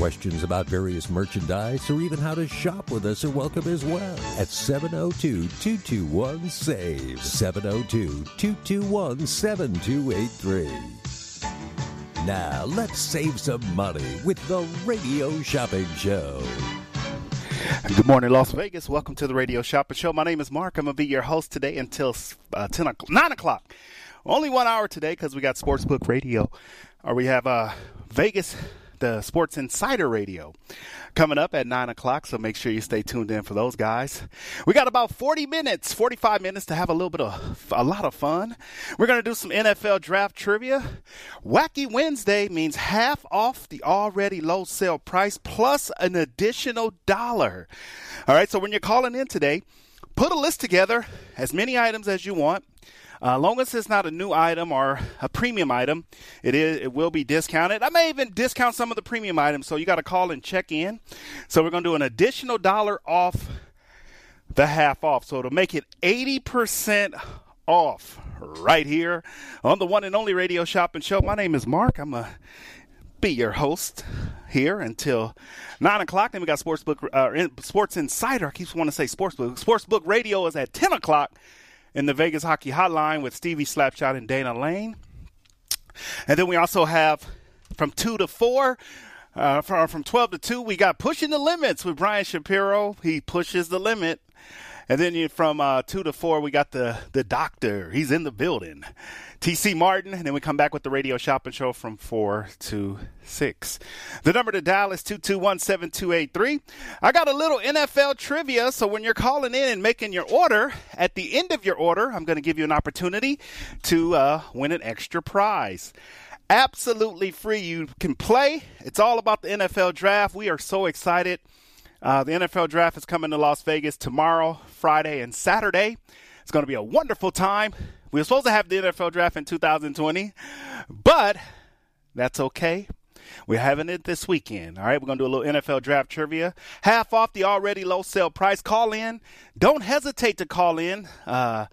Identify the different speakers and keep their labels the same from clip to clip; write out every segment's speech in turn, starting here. Speaker 1: Questions about various merchandise or even how to shop with us are welcome as well at 702 221 SAVE. 702 221 7283. Now let's save some money with the Radio Shopping Show.
Speaker 2: Good morning, Las Vegas. Welcome to the Radio Shopping Show. My name is Mark. I'm going to be your host today until uh, 10 o'clock, 9 o'clock. Only one hour today because we got Sportsbook Radio, or we have uh, Vegas the Sports Insider Radio coming up at 9 o'clock, so make sure you stay tuned in for those guys. We got about 40 minutes, 45 minutes to have a little bit of a lot of fun. We're going to do some NFL draft trivia. Wacky Wednesday means half off the already low sale price plus an additional dollar. All right, so when you're calling in today, put a list together, as many items as you want. Uh, long as it's not a new item or a premium item, it is it will be discounted. I may even discount some of the premium items, so you got to call and check in. So we're gonna do an additional dollar off the half off, so to make it eighty percent off right here on the one and only Radio Shopping Show. My name is Mark. I'm a be your host here until nine o'clock. Then we got Sportsbook uh, Sports Insider. I keep wanting to say Sportsbook. Sportsbook Radio is at ten o'clock in the Vegas Hockey Hotline with Stevie Slapshot and Dana Lane. And then we also have from 2 to 4. Uh, from, from 12 to 2, we got Pushing the Limits with Brian Shapiro. He pushes the limit. And then you, from uh, 2 to 4, we got the, the doctor. He's in the building. TC Martin. And then we come back with the radio shopping show from 4 to 6. The number to dial is 221 I got a little NFL trivia. So when you're calling in and making your order, at the end of your order, I'm going to give you an opportunity to uh, win an extra prize absolutely free. You can play. It's all about the NFL draft. We are so excited. Uh, the NFL draft is coming to Las Vegas tomorrow, Friday, and Saturday. It's going to be a wonderful time. We were supposed to have the NFL draft in 2020, but that's okay. We're having it this weekend. All right, we're going to do a little NFL draft trivia. Half off the already low sale price. Call in. Don't hesitate to call in. Uh,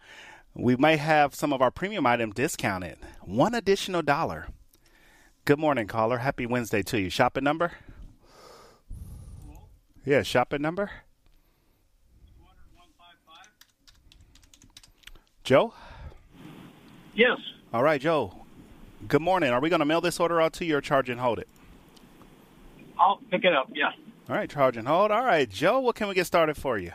Speaker 2: we may have some of our premium item discounted. One additional dollar. Good morning, caller. Happy Wednesday to you. Shopping number? Yeah, shopping number? Joe?
Speaker 3: Yes.
Speaker 2: All right, Joe. Good morning. Are we going to mail this order out to you or charge and hold it?
Speaker 3: I'll pick it up, yeah.
Speaker 2: All right, charge and hold. All right, Joe, what can we get started for you?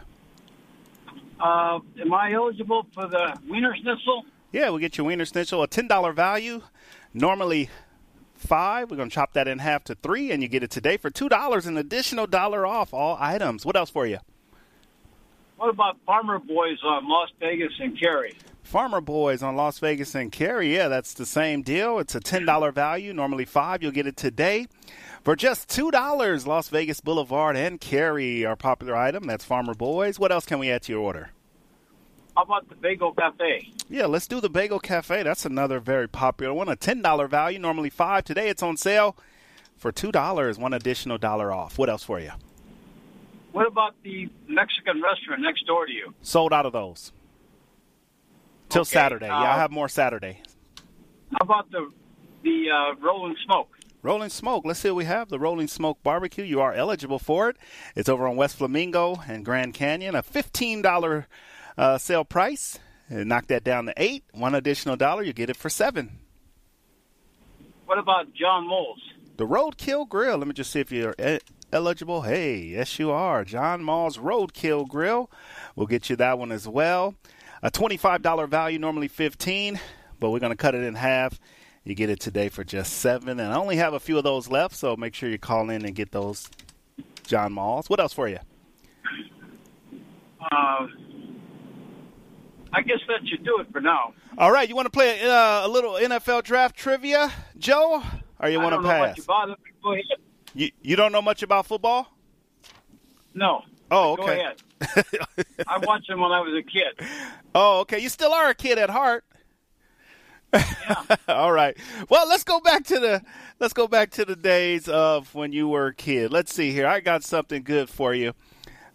Speaker 3: Uh, am I eligible for the Wiener Schnitzel?
Speaker 2: Yeah, we'll get your Wiener Schnitzel, a $10 value. Normally five. We're going to chop that in half to three, and you get it today for two dollars, an additional dollar off all items. What else for you?
Speaker 3: What about Farmer Boys on Las Vegas and Cary?
Speaker 2: Farmer Boys on Las Vegas and Cary. Yeah, that's the same deal. It's a ten dollar value. Normally five. You'll get it today for just two dollars. Las Vegas Boulevard and Cary are popular item. That's Farmer Boys. What else can we add to your order?
Speaker 3: How about the Bagel Cafe?
Speaker 2: Yeah, let's do the Bagel Cafe. That's another very popular one. A ten dollar value, normally five. Today it's on sale for two dollars, one additional dollar off. What else for you?
Speaker 3: What about the Mexican restaurant next door to you?
Speaker 2: Sold out of those. Till okay, Saturday. Uh, yeah, I have more Saturday.
Speaker 3: How about the the uh, Rolling Smoke?
Speaker 2: Rolling Smoke. Let's see what we have. The Rolling Smoke Barbecue. You are eligible for it. It's over on West Flamingo and Grand Canyon. A fifteen dollar uh, sale price. Knock that down to eight. One additional dollar, you get it for seven.
Speaker 3: What about John Moles?
Speaker 2: The Roadkill Grill. Let me just see if you're e- eligible. Hey, yes, you are. John Moles Roadkill Grill. We'll get you that one as well. A twenty-five dollar value, normally fifteen. but we're going to cut it in half. You get it today for just seven, and I only have a few of those left, so make sure you call in and get those. John Malls. What else for you?
Speaker 4: Uh, I guess that should do it for now.
Speaker 2: All right, you want to play uh, a little NFL draft trivia, Joe, or you
Speaker 4: I
Speaker 2: want
Speaker 4: don't
Speaker 2: to
Speaker 4: know
Speaker 2: pass?
Speaker 4: What you bother me. Go ahead.
Speaker 2: You, you don't know much about football?
Speaker 4: No.
Speaker 2: Oh,
Speaker 4: Go
Speaker 2: okay.
Speaker 4: ahead. I watched them when I was a kid.
Speaker 2: Oh, okay. You still are a kid at heart. All right. Well, let's go back to the let's go back to the days of when you were a kid. Let's see here. I got something good for you.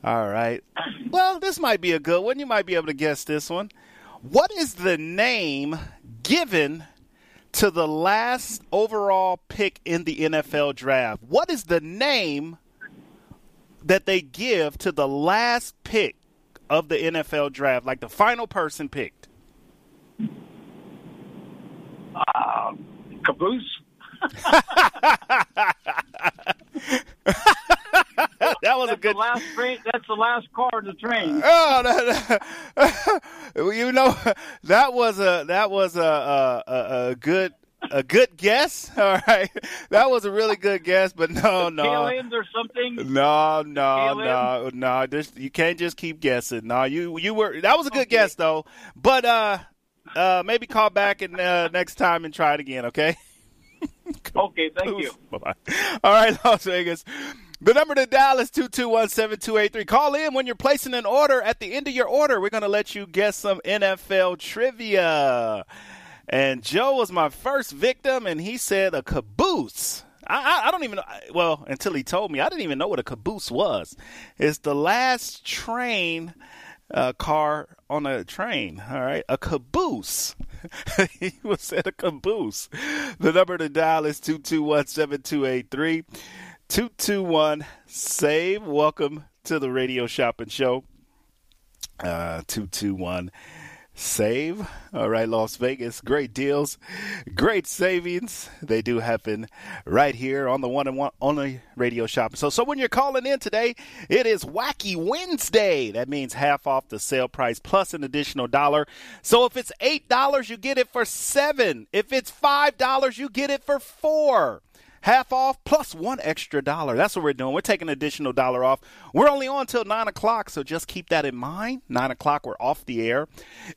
Speaker 2: All right. Well, this might be a good one. You might be able to guess this one. What is the name given to the last overall pick in the NFL draft? What is the name that they give to the last pick of the NFL draft, like the final person picked?
Speaker 4: Um, Caboose.
Speaker 2: That was a
Speaker 4: The
Speaker 2: good.
Speaker 4: last train. That's the last car in the train.
Speaker 2: Oh, that, that- you know that was a that was a a, a, a good a good guess. All right, that was a really good guess, but no,
Speaker 4: Tail
Speaker 2: no.
Speaker 4: end or something.
Speaker 2: No, no,
Speaker 4: Tail
Speaker 2: no, no. This, you can't just keep guessing. No, you you were that was a good guess though. But uh, uh, maybe call back and uh, next time and try it again. Okay.
Speaker 4: Okay, thank you.
Speaker 2: Bye bye. All right, Las Vegas. The number to dial is 221-7283. Call in when you're placing an order. At the end of your order, we're going to let you guess some NFL trivia. And Joe was my first victim, and he said a caboose. I, I, I don't even know. Well, until he told me, I didn't even know what a caboose was. It's the last train uh, car on a train. All right, a caboose. he was at a caboose. The number to dial is 221-7283. 221 save. Welcome to the Radio Shopping Show. Uh, 221 save. All right, Las Vegas. Great deals, great savings. They do happen right here on the one and one only radio shop. So, so when you're calling in today, it is Wacky Wednesday. That means half off the sale price plus an additional dollar. So if it's eight dollars, you get it for seven. If it's five dollars, you get it for four. Half off plus one extra dollar. That's what we're doing. We're taking an additional dollar off. We're only on till nine o'clock, so just keep that in mind. Nine o'clock, we're off the air.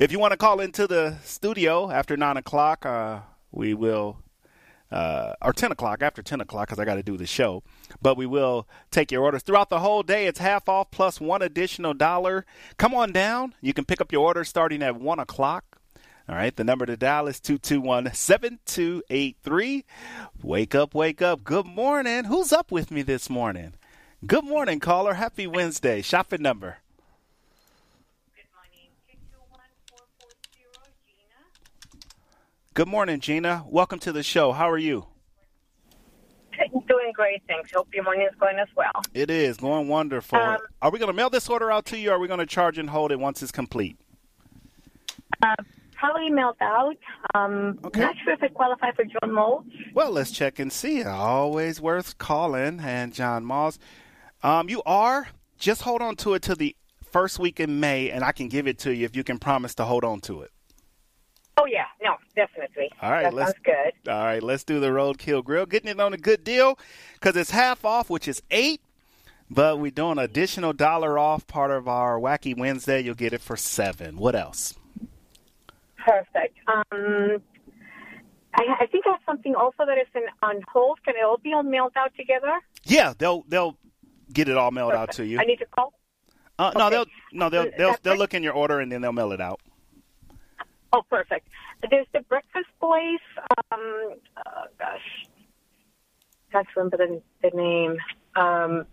Speaker 2: If you want to call into the studio after nine o'clock, uh, we will, uh, or 10 o'clock, after 10 o'clock, because I got to do the show, but we will take your orders throughout the whole day. It's half off plus one additional dollar. Come on down. You can pick up your order starting at one o'clock. All right, the number to dial is 221 7283. Wake up, wake up. Good morning. Who's up with me this morning? Good morning, caller. Happy Wednesday. Shopping number.
Speaker 5: Good morning. 221440 Gina.
Speaker 2: Good morning, Gina. Welcome to the show. How are you?
Speaker 6: Doing great, thanks. Hope your morning is going as well.
Speaker 2: It is going wonderful.
Speaker 6: Um,
Speaker 2: are we going to mail this order out to you or are we going to charge and hold it once it's complete?
Speaker 6: Probably Uh, mailed out. Um,
Speaker 2: Okay.
Speaker 6: Not sure if I qualify for John Mold.
Speaker 2: Well, let's check and see. Always worth calling. And John Moss, um, you are. Just hold on to it till the first week in May, and I can give it to you if you can promise to hold on to it.
Speaker 6: Oh, yeah. No, definitely.
Speaker 2: All right,
Speaker 6: That
Speaker 2: let's-
Speaker 6: sounds good.
Speaker 2: All right, let's do the Roadkill Grill. Getting it on a good deal because it's half off, which is eight, but we're doing additional dollar off part of our Wacky Wednesday. You'll get it for seven. What else?
Speaker 6: Perfect. Um, I, I think I have something also that is in, on hold. Can it all be all mailed out together?
Speaker 2: Yeah, they'll they'll get it all mailed out to you.
Speaker 6: I need to call.
Speaker 2: Uh, no,
Speaker 6: okay.
Speaker 2: they'll no they'll
Speaker 6: Uh,
Speaker 2: they'll
Speaker 6: that's
Speaker 2: they'll
Speaker 6: right.
Speaker 2: look in your order and then they'll mail it out.
Speaker 6: Oh, perfect. There's the breakfast place. Um, oh, gosh. Can't remember the, the name. Um,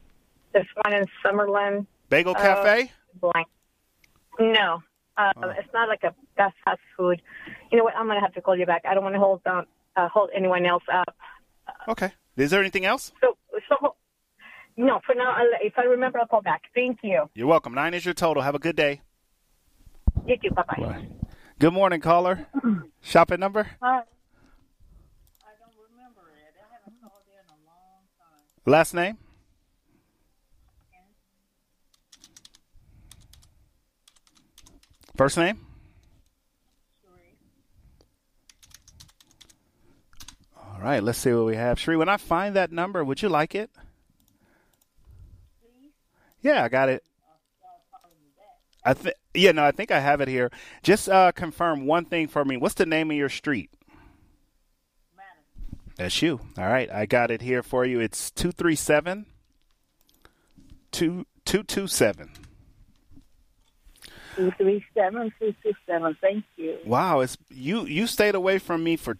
Speaker 6: there's one in Summerlin.
Speaker 2: Bagel
Speaker 6: Uh,
Speaker 2: Cafe. Oh.
Speaker 6: blank. No, um, it's not like a that's fast food. You know what? I'm gonna have to call you back. I don't want to hold um, uh, hold anyone else up.
Speaker 2: Okay. Is there anything else?
Speaker 6: So, so no. For now, I'll, if I remember, I'll call back. Thank you.
Speaker 2: You're welcome. Nine is your total. Have a good day.
Speaker 6: You too. Bye bye.
Speaker 2: Good morning, caller. Shopping number? Last name? First name? All right, let's see what we have. Sheree, when I find that number, would you like it? Yeah, I got it. I think yeah, no, I think I have it here. Just uh, confirm one thing for me. What's the name of your street? That's you. All right, I got it here for you. It's 237 227.
Speaker 7: Two three seven two six seven. Thank you.
Speaker 2: Wow, it's you you stayed away from me for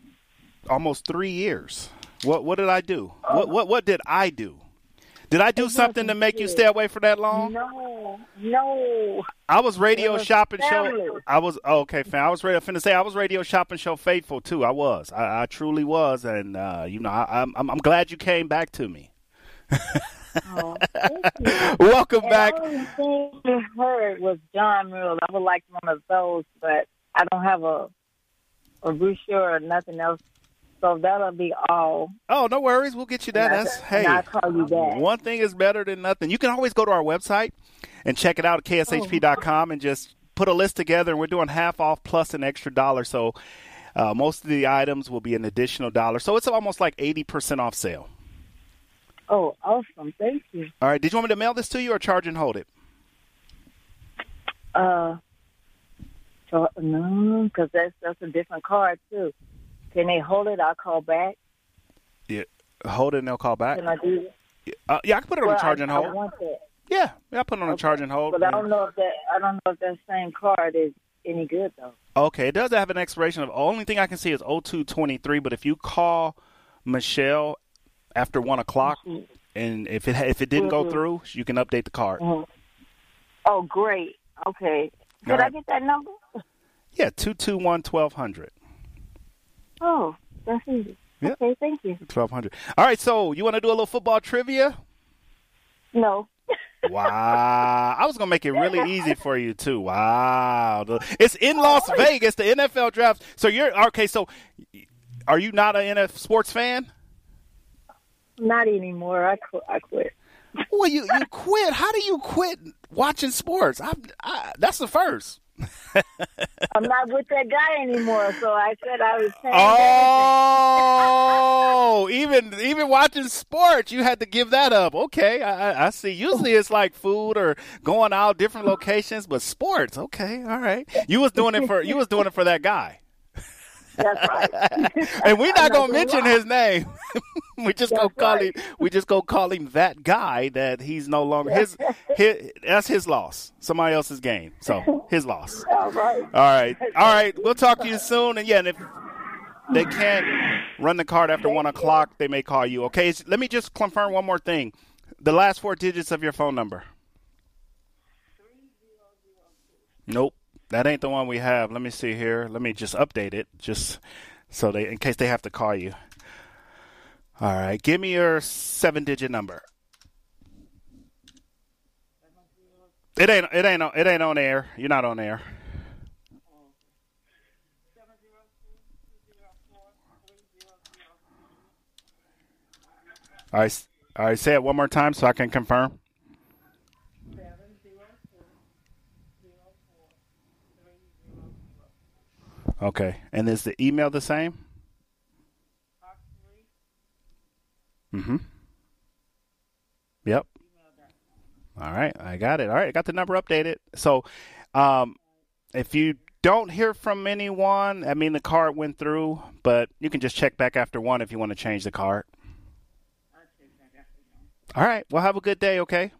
Speaker 2: almost 3 years. What what did I do? What what what did I do? Did I do something to make you stay away for that long?
Speaker 7: No, no.
Speaker 2: I was radio
Speaker 7: It was
Speaker 2: shopping
Speaker 7: family.
Speaker 2: show. I was oh, okay, fam. I was radio finna say I was radio shopping show faithful too. I was. I, I truly was, and uh, you know, I, I'm I'm I'm glad you came back to me.
Speaker 7: Oh, thank you.
Speaker 2: Welcome back.
Speaker 7: And the only thing you heard was John Mills. I would like one of those, but I don't have a a brochure or nothing else. So that'll be all.
Speaker 2: Oh, no worries. We'll get you that.
Speaker 7: And I-
Speaker 2: That's
Speaker 7: and
Speaker 2: hey.
Speaker 7: I'll call you back.
Speaker 2: One thing is better than nothing. You can always go to our website and check it out at kshp.com and just put a list together. And we're doing half off plus an extra dollar. So uh, most of the items will be an additional dollar. So it's almost like eighty percent off sale.
Speaker 7: Oh, awesome! Thank you.
Speaker 2: All right. Did you want me to mail this to you or charge and hold it?
Speaker 7: Uh, so, Uh, no, because that's that's a different card too. Can they hold it? I'll call back.
Speaker 2: Yeah. Hold it and they'll call back.
Speaker 7: Can I do? That?
Speaker 2: Uh, yeah, I can put it on
Speaker 7: Well,
Speaker 2: charge
Speaker 7: I,
Speaker 2: and
Speaker 7: I
Speaker 2: hold.
Speaker 7: want that,
Speaker 2: Yeah, yeah, I put it on a charge and hold.
Speaker 7: but I don't know if that I don't know if that same card is any good though.
Speaker 2: Okay, it does have an expiration of. Only thing I can see is 0223, but if you call Michelle after one o'clock, and if it ha- if it didn't go
Speaker 7: Mhm.
Speaker 2: through, you can update the card.
Speaker 7: Oh, great. Okay. Did
Speaker 2: All
Speaker 7: I
Speaker 2: right.
Speaker 7: get that number?
Speaker 2: Yeah, two two one twelve hundred.
Speaker 7: Oh, that's easy.
Speaker 2: Yeah.
Speaker 7: Okay, thank you.
Speaker 2: Twelve hundred. All right, so you want to do a little football trivia?
Speaker 7: No.
Speaker 2: Wow, I was gonna make it really easy for you too. Wow, The- it's in Las Vegas, the NFL draft. So you're okay. So are you not an NFL sports fan?
Speaker 7: Not anymore. I, qu- I quit.
Speaker 2: Well, you, you quit. How do you quit watching sports? I, I, that's the first.
Speaker 7: I'm not with that guy anymore, so I said I was saying
Speaker 2: Oh, even even watching sports, you had to give that up. Okay, I, I- I see. Usually it's like food or going out different locations, but sports. Okay, all right. You was doing it for you was doing it for that guy,
Speaker 7: That's right.
Speaker 2: and we're not gonna
Speaker 7: I'm not gonna
Speaker 2: mention
Speaker 7: lie.
Speaker 2: his name. we just gonna
Speaker 7: That's
Speaker 2: call
Speaker 7: right.
Speaker 2: him. We just gonna call him that guy that he's no longer his. his that's his loss. Somebody else's game. So his loss.
Speaker 7: All right.
Speaker 2: All right. All right. We'll talk to you soon. And yeah, and if they can't run the card after one o'clock, they may call you. Okay. It's- Let me just confirm one more thing. The last four digits of your phone number. Nope. That ain't the one we have. Let me see here. Let me just update it just so they in case they have to call you. All right. Give me your seven digit number. It ain't it ain't on- it ain't on air. You're not on air. All right, s- all right. Say it one more time so I can confirm. Okay, and is the email the same? Mm-hmm. Yep. All right, I got it. All right, I got the number updated. So, um, if you don't hear from anyone, I mean the card went through, but you can just check back after one if you want to change the card. All right. Well, have a good day, okay?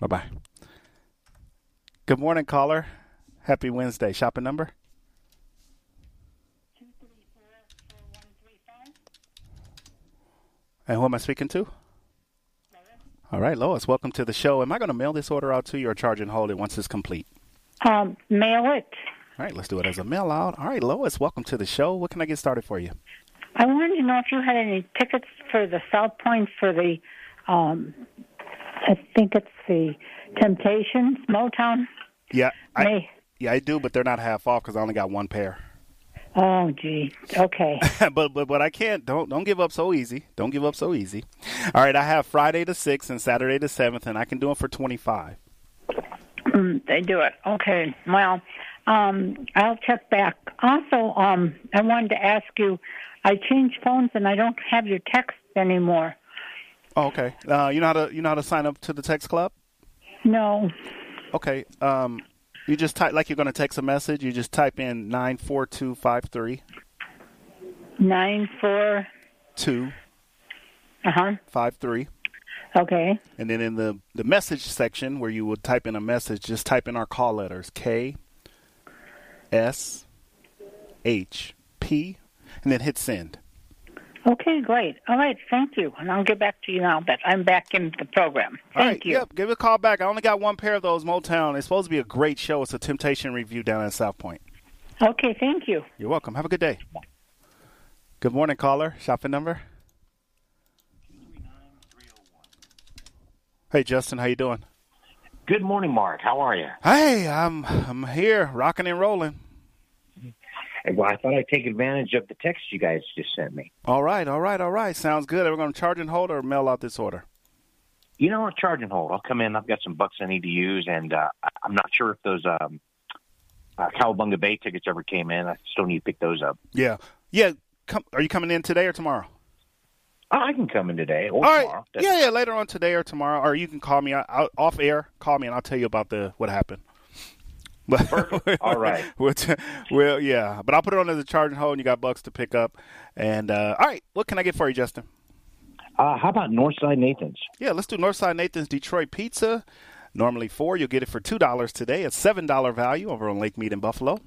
Speaker 2: Bye bye. Good morning, caller. Happy Wednesday. Shopping number? And who am I speaking to? All right, Lois, welcome to the show. Am I going to mail this order out to you or charge and hold it once it's complete?
Speaker 8: Um, mail it.
Speaker 2: All right, let's do it as a mail out. All right, Lois, welcome to the show. What can I get started for you?
Speaker 8: I wanted to know if you had any tickets for the South Point for the, um, I think it's the Temptations Motown.
Speaker 2: Yeah, I,
Speaker 8: May.
Speaker 2: yeah, I do, but they're not half off because I only got one pair.
Speaker 8: Oh, gee. Okay.
Speaker 2: but but but I can't. Don't don't give up so easy. Don't give up so easy. All right, I have Friday the sixth and Saturday the seventh, and I can do them for twenty five.
Speaker 8: Mm, they do it. Okay. Well, Um, I'll check back. Also, um, I wanted to ask you. I changed phones and I don't have your text anymore.
Speaker 2: Oh, okay. Uh, you know how to you know how to sign up to the text club?
Speaker 8: No,
Speaker 2: Okay. Um, you just type like you're going to text a message. You just type in nine four two five three
Speaker 8: nine four.
Speaker 2: two
Speaker 8: Uh huh.
Speaker 2: five three,
Speaker 8: Okay.
Speaker 2: and then in the the message section where you would type in a message, just type in our call letters K S H P, and then hit send.
Speaker 8: Okay, great. All right, thank you. And I'll get back to you now, but I'm back in the program. Thank
Speaker 2: All right,
Speaker 8: you.
Speaker 2: Yep, give it a call back. I only got one pair of those Motown. It's supposed to be a great show. It's a Temptation review down in South Point.
Speaker 8: Okay, thank you.
Speaker 2: You're welcome. Have a good day. Good morning, caller. Shopping number. Hey, Justin, how you doing?
Speaker 9: Good morning, Mark. How are you?
Speaker 2: Hey, I'm I'm here, rocking and rolling.
Speaker 9: Well, I thought I'd take advantage of the text you guys just sent me.
Speaker 2: All right, all right, all right. Sounds good. Are we going to charge and hold or mail out this order?
Speaker 9: You know what? Charge and hold. I'll come in. I've got some bucks I need to use, and uh, I- I'm not sure if those um, uh, Cowabunga Bay tickets ever came in. I still need to pick those up.
Speaker 2: Yeah, yeah. Come, are you coming in today or tomorrow?
Speaker 9: Oh, I can come in today or
Speaker 2: All right.
Speaker 9: tomorrow.
Speaker 2: Yeah, yeah. Later on today or tomorrow, or you can call me out, out, off air. Call me and I'll tell you about the what happened. But
Speaker 9: Perfect. All right.
Speaker 2: We'll, t- well, yeah. But I'll put it on as a charging hole, and you got bucks to pick up. And uh, all right, what can I get for you, Justin?
Speaker 9: Uh, how about Northside Nathan's?
Speaker 2: Yeah, let's do Northside Nathan's Detroit Pizza. Normally four, you'll get it for two dollars today. A seven dollar value over on Lake Mead in Buffalo.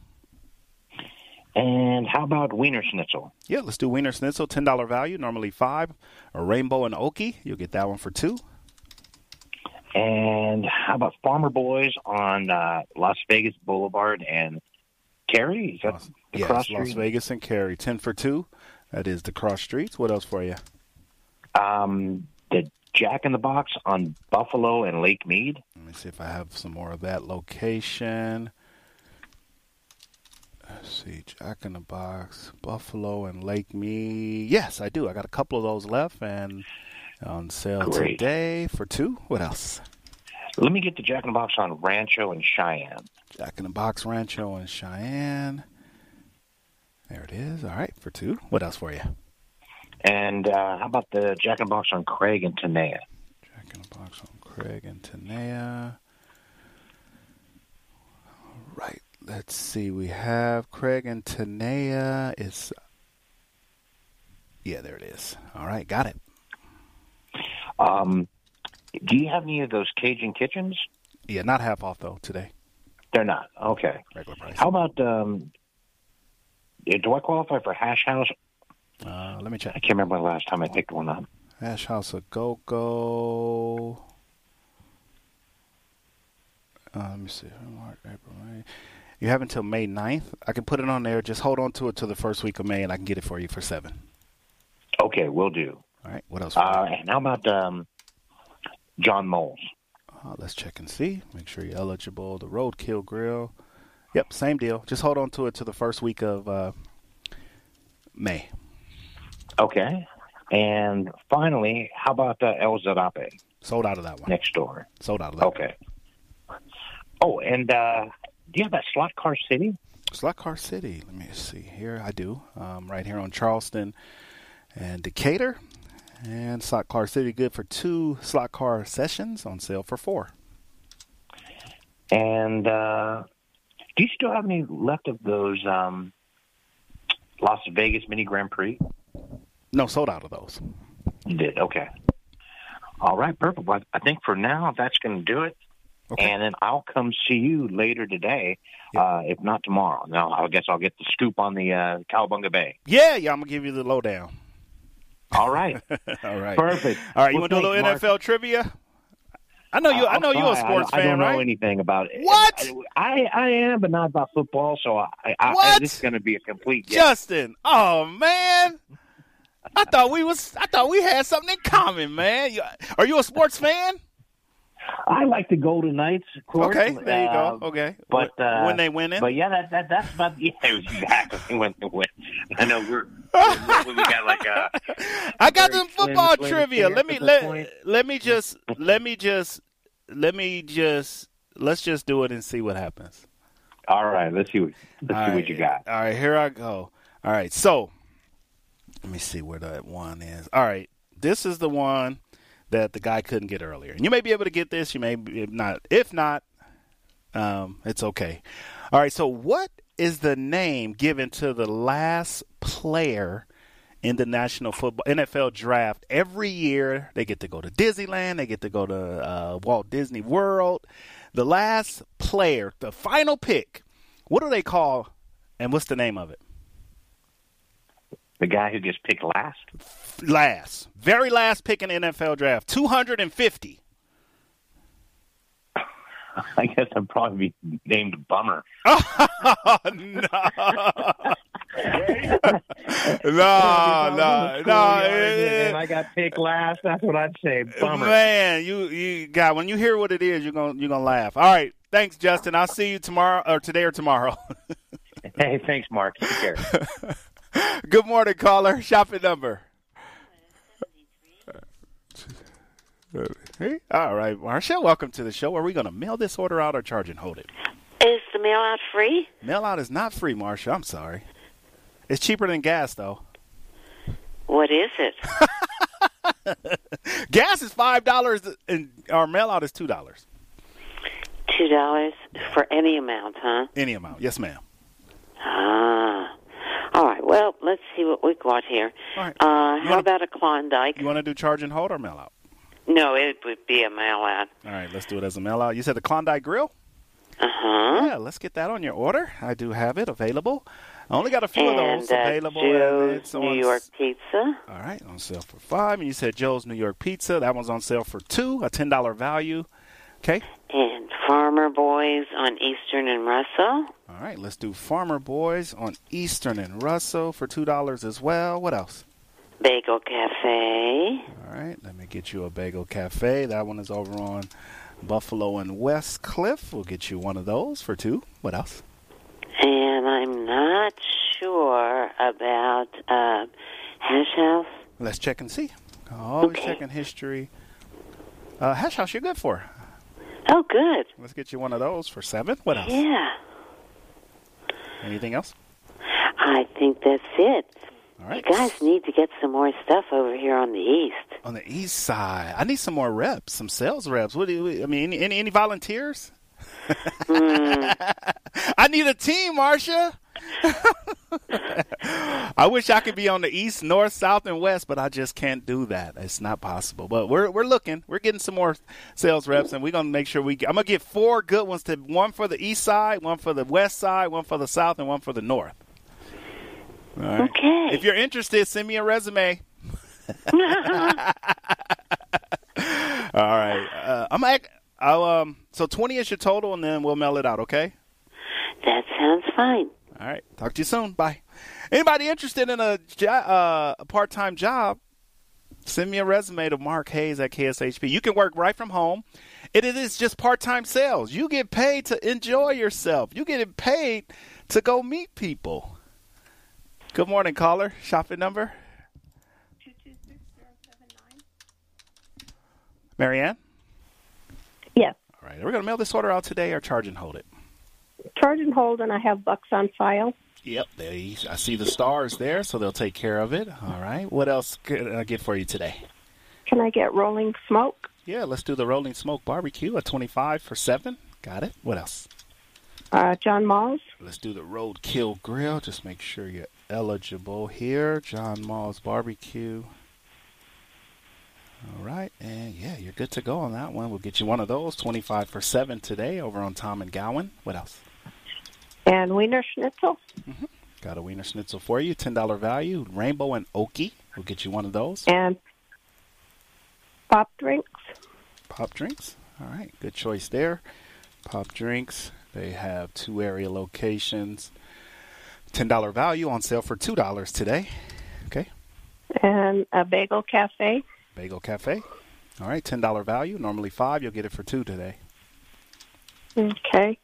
Speaker 9: And how about Wiener Schnitzel?
Speaker 2: Yeah, let's do Wiener Schnitzel, ten dollar value. Normally five. A Rainbow and Okie, you'll get that one for two.
Speaker 9: And how about Farmer Boys on uh, Las Vegas Boulevard and Terry? Is that the
Speaker 2: yes,
Speaker 9: cross
Speaker 2: Las
Speaker 9: street?
Speaker 2: Vegas and Cary, ten for two. That is the cross streets. What else for you?
Speaker 9: Um, the Jack in the Box on Buffalo and Lake Mead.
Speaker 2: Let me see if I have some more of that location. Let's see, Jack in the Box, Buffalo, and Lake Mead. Yes, I do. I got a couple of those left and on sale
Speaker 9: Great.
Speaker 2: today for two. What else?
Speaker 9: Let me get the Jack in the Box on Rancho and Cheyenne.
Speaker 2: Jack in the Box Rancho in Cheyenne. There it is. All right, for two. What else for you?
Speaker 9: And uh, how about the Jack in the Box on Craig and Tanea?
Speaker 2: Jack in the Box on Oh, Craig and Tanea. All right, let's see. We have Craig and Tanea. It's yeah, there it is. All right, got it.
Speaker 9: Um, do you have any of those Cajun kitchens?
Speaker 2: Yeah, not half off though today.
Speaker 9: They're not. Okay.
Speaker 2: Regular price.
Speaker 9: How about um, do I qualify for Hash House?
Speaker 2: Uh, let me
Speaker 9: I
Speaker 2: check.
Speaker 9: can't remember the last time I picked one up.
Speaker 2: Ash House of Go-Go. Uh, let me see. March, April, May. You have until May 9th. I can put it on there. Just hold on to it till the first week of May, and I can get it for you for seven.
Speaker 9: Okay, we'll do.
Speaker 2: All right. What else?
Speaker 9: Uh, and how about um, John Moles?
Speaker 2: Uh, let's check and see. Make sure you're eligible. The Roadkill Grill. Yep, same deal. Just hold on to it to the first week of uh, May.
Speaker 9: Okay. And finally, how about uh, El Zarape
Speaker 2: Sold out of that one.
Speaker 9: next door?
Speaker 2: Sold out of that.
Speaker 9: Okay. Oh, and uh, do you have that slot car city?
Speaker 2: One. Slot Car City. Let me see here. I do. Um, right here on Charleston and Decatur. And Slot Car City good for two slot car sessions on sale for four.
Speaker 9: And uh, do you still have any left of those um, Las Vegas Mini Grand Prix?
Speaker 2: No, sold out of those.
Speaker 9: You did. Okay. All right, perfect. Well, I think for now that's going to do it.
Speaker 2: Okay.
Speaker 9: And then I'll come see you later today, uh, if not tomorrow. Now I guess I'll get the scoop on the uh, Cowabunga Bay.
Speaker 2: Yeah, yeah, I'm going to give you the lowdown.
Speaker 9: All right,
Speaker 2: All right.
Speaker 9: perfect.
Speaker 2: All right, you want to
Speaker 9: Well,
Speaker 2: do a little
Speaker 9: thanks, Mark. Uh,
Speaker 2: NFL trivia? I know you. I,
Speaker 9: I'm
Speaker 2: know you're a
Speaker 9: sorry,
Speaker 2: sports
Speaker 9: I,
Speaker 2: fan,
Speaker 9: I don't
Speaker 2: right?
Speaker 9: know anything about it.
Speaker 2: What?
Speaker 9: I, I am, but not about football. So I, I, I
Speaker 2: What?
Speaker 9: this is going to be a complete guess.
Speaker 2: Justin, oh man, I thought we was I thought we had something in common, man. You- are you a sports fan?
Speaker 9: I like the Golden Knights, of course.
Speaker 2: Okay, there you
Speaker 9: Uh,
Speaker 2: go. Okay,
Speaker 9: but,
Speaker 2: When-
Speaker 9: uh,
Speaker 2: when they win
Speaker 9: But
Speaker 2: it,
Speaker 9: yeah, that, that that's about yeah exactly when they win. I know we're, we're we got like uh, a
Speaker 2: I got
Speaker 9: very
Speaker 2: some football
Speaker 9: slim, slim
Speaker 2: trivia.
Speaker 9: chance
Speaker 2: Let
Speaker 9: at
Speaker 2: me
Speaker 9: this
Speaker 2: let
Speaker 9: point.
Speaker 2: let me just let me just let me just let's just do it and see what happens.
Speaker 9: All right, let's see what let's
Speaker 2: All
Speaker 9: see what you
Speaker 2: right,
Speaker 9: got.
Speaker 2: All right, here I go. All right, so let me see where that one is. All right, this is the one that the guy couldn't get earlier. And you may be able to get this. You may be, if not. If not, um, it's okay. All right, so what is the name given to the last player in the national football NFL draft every year? They get to go to Disneyland. They get to go to uh, Walt Disney World. The last player, the final pick. What do they call? And what's the name of it?
Speaker 9: The guy who gets picked last.
Speaker 2: last, very last pick in the NFL draft, 250.
Speaker 9: I guess I'd probably be named Bummer.
Speaker 2: Oh, no. no, no, no.
Speaker 10: and I got picked last. That's what I'd say. Bummer.
Speaker 2: Man, you you God, when you hear what it is, you're going to you're going to laugh. All right. Thanks, Justin. I'll see you tomorrow or today or tomorrow.
Speaker 9: Hey, thanks, Mark. Take care.
Speaker 2: Good morning, caller. Shopping number. Hey, all right, Marcia, welcome to the show. Are we going to mail this order out or charge and hold it?
Speaker 11: Is the mail out free?
Speaker 2: Mail out is not free, Marcia. I'm sorry. It's cheaper than gas, though.
Speaker 11: What is it?
Speaker 2: Gas is five dollars, and our mail out is two dollars.
Speaker 11: Two dollars for any amount, huh?
Speaker 2: Any amount, yes, ma'am.
Speaker 11: Ah. All right. Well, let's see what we got here.
Speaker 2: All right.
Speaker 11: Uh,
Speaker 2: You
Speaker 11: how
Speaker 2: wanna-
Speaker 11: about a Klondike?
Speaker 2: You want to do charge and hold or mail out?
Speaker 11: No, it would be a mail out.
Speaker 2: All right, let's do it as a mail out. You said the Klondike Grill.
Speaker 11: Uh huh.
Speaker 2: Yeah, let's get that on your order. I do have it available. I only got a few of
Speaker 11: And
Speaker 2: those
Speaker 11: uh,
Speaker 2: available. and
Speaker 11: Joe's
Speaker 2: it's on
Speaker 11: New York Pizza.
Speaker 2: All right, on sale for five. And you said Joe's New York Pizza. That one's on sale for two, a ten dollar value. Okay.
Speaker 11: And Farmer Boys on Eastern and Russell.
Speaker 2: All right, let's do Farmer Boys on Eastern and Russell for two dollars as well. What else?
Speaker 11: Bagel Cafe.
Speaker 2: All right, let me get you a Bagel Cafe. That one is over on Buffalo and West Cliff. We'll get you one of those for two. What else?
Speaker 11: And I'm not sure about uh, Hash House.
Speaker 2: Let's check and see. Always
Speaker 11: Okay.
Speaker 2: checking history. Uh, hash house, you're good for.
Speaker 11: Oh, good.
Speaker 2: Let's get you one of those for seven. What else?
Speaker 11: Yeah.
Speaker 2: Anything else?
Speaker 11: I think that's it.
Speaker 2: All right.
Speaker 11: You guys need to get some more stuff over here on the east.
Speaker 2: On the east side, I need some more reps, some sales reps. What do you, I mean? Any, any, any volunteers? I need a team, Marcia. I wish I could be on the east, north, south, and west, but I just can't do that. It's not possible. But we're we're looking. We're getting some more sales reps, and we're gonna make sure we. I'm gonna get four good ones to one for the east side, one for the west side, one for the south, and one for the north. All right.
Speaker 11: Okay.
Speaker 2: If you're interested, send me a resume. All right. Uh, I'm act- I'll, um so 20 is your total and then we'll mail it out, okay?
Speaker 11: That sounds fine.
Speaker 2: All right. Talk to you soon. Bye. Anybody interested in a jo- uh, a part-time job? Send me a resume to Mark Hayes at KSHP. You can work right from home. It- it is just part-time sales. You get paid to enjoy yourself. You get paid to go meet people. Good morning, caller. Shopping number, Marianne.
Speaker 12: Yes.
Speaker 2: All right. We're gonna mail this order out today, or charge and hold it.
Speaker 12: Charge and hold, and I have bucks on file.
Speaker 2: Yep, they, I see the stars there, so they'll take care of it. All right, what else could I get for you today?
Speaker 12: Can I get rolling smoke?
Speaker 2: Yeah, let's do the Rolling Smoke Barbecue at 25 for 7. Got it. What else?
Speaker 12: Uh, John Malls,
Speaker 2: Let's do the Roadkill Grill. Just make sure you're eligible here. John Mall's Barbecue. All right, and yeah, you're good to go on that one. We'll get you one of those 25 for 7 today over on Tom and Gowan. What else? Mm-hmm.
Speaker 12: and Wiener Schnitzel.
Speaker 2: Got a Wiener Schnitzel for you, $10 value. Rainbow and Oaky. We'll get you one of those.
Speaker 12: and pop drinks.
Speaker 2: Pop drinks. All right, good choice there. Pop drinks. They have two area locations. Ten dollar value on sale for two dollars today. Okay,
Speaker 12: and a bagel cafe.
Speaker 2: Bagel Cafe. All right, ten dollar value. Normally five, you'll get it for two today.
Speaker 12: Okay.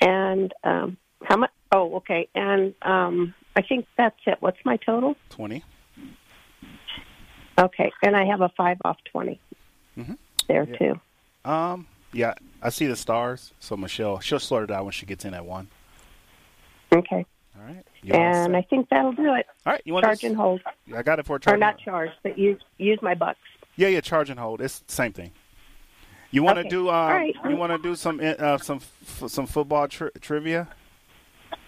Speaker 12: And um, how much? Oh, okay. And um, I think that's it. What's my total?
Speaker 2: Twenty.
Speaker 12: Okay. And I have a five off 20
Speaker 2: Mhm.
Speaker 12: there,
Speaker 2: Yeah.
Speaker 12: too.
Speaker 2: Um, yeah, I see the stars. So Michelle, she'll sort it out when she gets in at one.
Speaker 12: Okay.
Speaker 2: All right. You all
Speaker 12: And
Speaker 2: set?
Speaker 12: I think that'll do it.
Speaker 2: All right, you want
Speaker 12: charge
Speaker 2: this?
Speaker 12: and hold,
Speaker 2: I got it for a charge.
Speaker 12: or not charge, but use use my bucks.
Speaker 2: Yeah, yeah, charge and hold. It's the same thing. You want to
Speaker 12: Okay.
Speaker 2: do? Um,
Speaker 12: All right.
Speaker 2: You want to do some uh, some f- some football tri- trivia?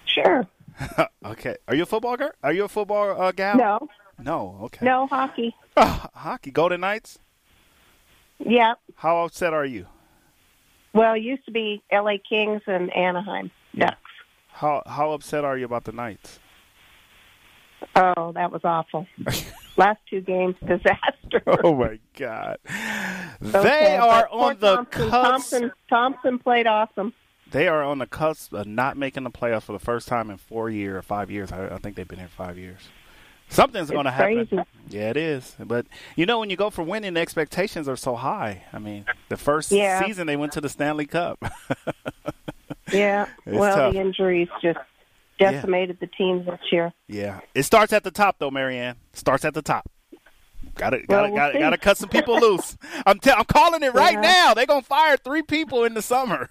Speaker 12: Sure.
Speaker 2: okay. Are you a football girl? Are you a football uh, gal?
Speaker 12: No.
Speaker 2: No. Okay.
Speaker 12: No hockey.
Speaker 2: Hockey. Golden Knights.
Speaker 12: Yeah.
Speaker 2: How upset are you?
Speaker 12: Well, it used to be L.A. Kings and Anaheim.
Speaker 2: Yeah. How how upset are you about the Knights?
Speaker 12: Oh, that was awful. Last two games, disaster.
Speaker 2: Oh my God.
Speaker 12: Okay,
Speaker 2: They are
Speaker 12: but poor
Speaker 2: on the
Speaker 12: Thompson,
Speaker 2: cusp.
Speaker 12: Thompson. Thompson played awesome.
Speaker 2: They are on the cusp of not making the playoffs for the first time in four year or five years. I, I think they've been here five years. Something's
Speaker 12: It's
Speaker 2: going to happen.
Speaker 12: crazy.
Speaker 2: Yeah, it is. But you know, when you go for winning, the expectations are so high. I mean, the first
Speaker 12: Yeah.
Speaker 2: season they went to the Stanley Cup.
Speaker 12: Yeah.
Speaker 2: It's
Speaker 12: well,
Speaker 2: tough.
Speaker 12: the injuries just decimated the team this year.
Speaker 2: yeah, it starts at the top though, Marianne. Starts at the top. Got to, got to,
Speaker 12: we'll
Speaker 2: got to,
Speaker 12: see.
Speaker 2: got to cut some people loose. I'm, tell I'm calling it right
Speaker 12: Yeah.
Speaker 2: now. They're gonna fire three people in the summer.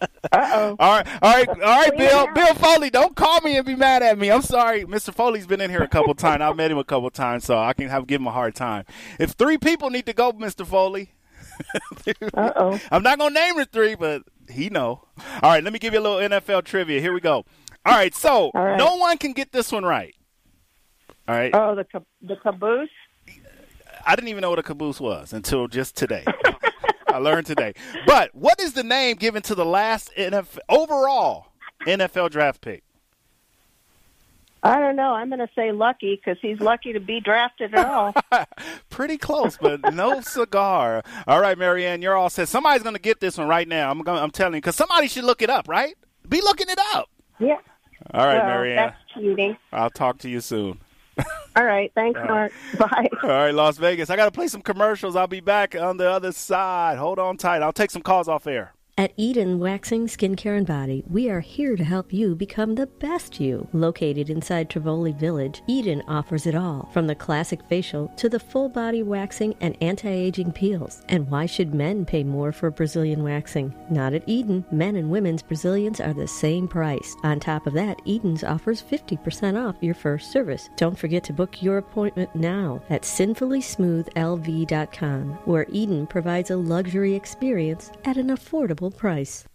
Speaker 2: Uh-oh. All right, all right, all right,
Speaker 12: Clean it
Speaker 2: Bill.
Speaker 12: out.
Speaker 2: Bill Foley, don't call me and be mad at me. I'm sorry, Mr. Foley's been in here a couple times. I've met him a couple times, so I can have give him a hard time. If three people need to go, Mr. Foley,
Speaker 12: Uh-oh.
Speaker 2: I'm not gonna name the three, but he know. All right, let me give you a little NFL trivia. Here we go. All right, so
Speaker 12: All right.
Speaker 2: no one can get this one right. All right,
Speaker 12: Oh, the ca- the caboose.
Speaker 2: I didn't even know what a caboose was until just today. I learned today. But what is the name given to the last NFL, overall NFL draft pick?
Speaker 12: I don't know. I'm going to say lucky because he's lucky to be drafted at all.
Speaker 2: Pretty close, but no cigar. All right, Marianne, you're all set. Somebody's going to get this one right now. I'm gonna, I'm telling you because somebody should look it up, right? Be looking it up.
Speaker 12: yeah.
Speaker 2: All right,
Speaker 12: well,
Speaker 2: Marianne.
Speaker 12: That's cheating.
Speaker 2: I'll talk to you soon.
Speaker 12: All right. Thanks, Mark. Bye.
Speaker 2: All right, Las Vegas. I got to play some commercials. I'll be back on the other side. Hold on tight. I'll take some calls off air.
Speaker 13: At Eden Waxing Skincare and Body, we are here to help you become the best you. Located inside Trivoli Village, Eden offers it all, from the classic facial to the full body waxing and anti-aging peels. And why should men pay more for Brazilian waxing? Not at Eden. Men and women's Brazilians are the same price. On top of that, Eden's offers 50% off your first service. Don't forget to book your appointment now at sinfullysmoothlv.com, where Eden provides a luxury experience at an affordable price.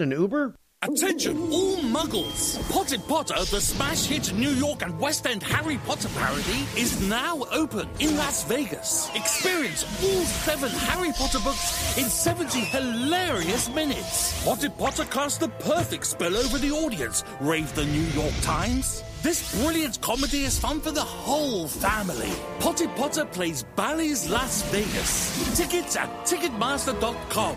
Speaker 14: an Uber?
Speaker 15: Attention, all muggles! Potted Potter, the smash hit New York and West End Harry Potter parody, is now open in Las Vegas. Experience all seven Harry Potter books in 70 hilarious minutes. Potted Potter cast the perfect spell over the audience, raved the New York Times. This brilliant comedy is fun for the whole family. Potted Potter plays Bally's Las Vegas. Tickets at Ticketmaster.com.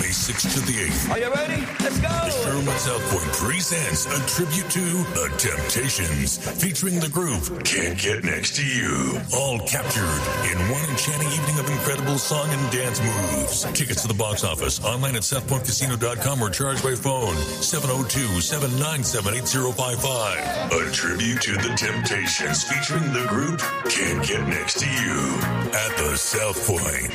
Speaker 16: May 6th to the 8th.
Speaker 6: Are you ready? Let's go!
Speaker 16: The Sherman Southport presents a tribute to The Temptations, featuring the group Can't Get Next to You. All captured in one enchanting evening of incredible song and dance moves. Tickets to the box office, online at southportcasino.com or charge by phone 702-797-8055. A tribute to The Temptations, featuring the group Can't Get Next to You at the South Point.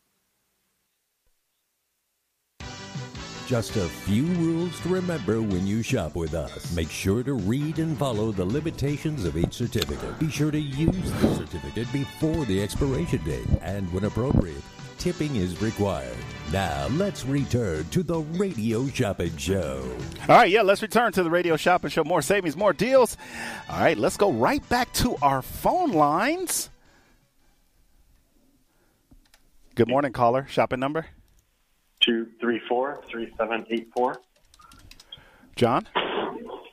Speaker 1: Just a few rules to remember when you shop with us. Make sure to read and follow the limitations of each certificate. Be sure to use the certificate before the expiration date, and when appropriate, tipping is required. Now, let's return to the Radio Shopping Show.
Speaker 2: All right, yeah, let's return to the radio shopping show. More savings, more deals. All right, let's go right back to our phone lines. Good morning, caller. Shopping number?
Speaker 17: two three four three seven eight four.
Speaker 2: John?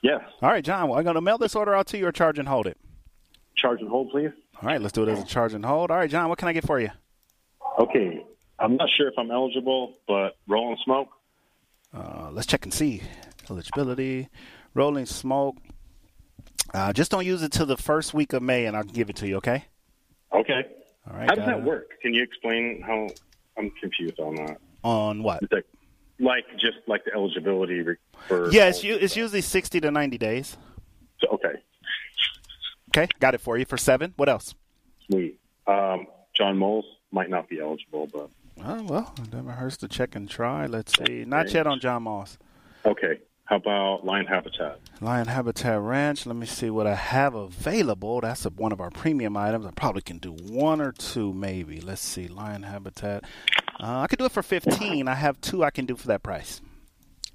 Speaker 17: Yes.
Speaker 2: All right, John, well, I'm going to mail this order out to you or charge and hold it.
Speaker 17: Charge and hold, please.
Speaker 2: All right, let's do it as a charge and hold. All right, John, what can I get for you?
Speaker 17: Okay. I'm not sure if I'm eligible, but roll and smoke.
Speaker 2: Uh, let's check and see. Eligibility, rolling smoke. Uh, just don't use it till the first week of May, and I'll give it to you, okay?
Speaker 17: Okay.
Speaker 2: All right.
Speaker 17: how does
Speaker 2: got
Speaker 17: that
Speaker 2: it.
Speaker 17: work? Can you explain how? I'm confused on that.
Speaker 2: On what?
Speaker 17: It's Like, like just like the eligibility re- for.
Speaker 2: Yeah, it's, u- it's usually 60 to 90 days.
Speaker 17: So, okay.
Speaker 2: Okay, got it for you for seven. What else?
Speaker 17: Sweet. Um, John Moles might not be eligible, but
Speaker 2: Oh, well, it never hurts to check and try. Let's see. Not yet on John Moss.
Speaker 17: okay. How about Lion Habitat?
Speaker 2: Lion Habitat Ranch. Let me see what I have available. That's a, one of our premium items. I probably can do one or two, maybe. Let's see. Lion Habitat. Uh, I could do it for 15 I have two I can do for that price.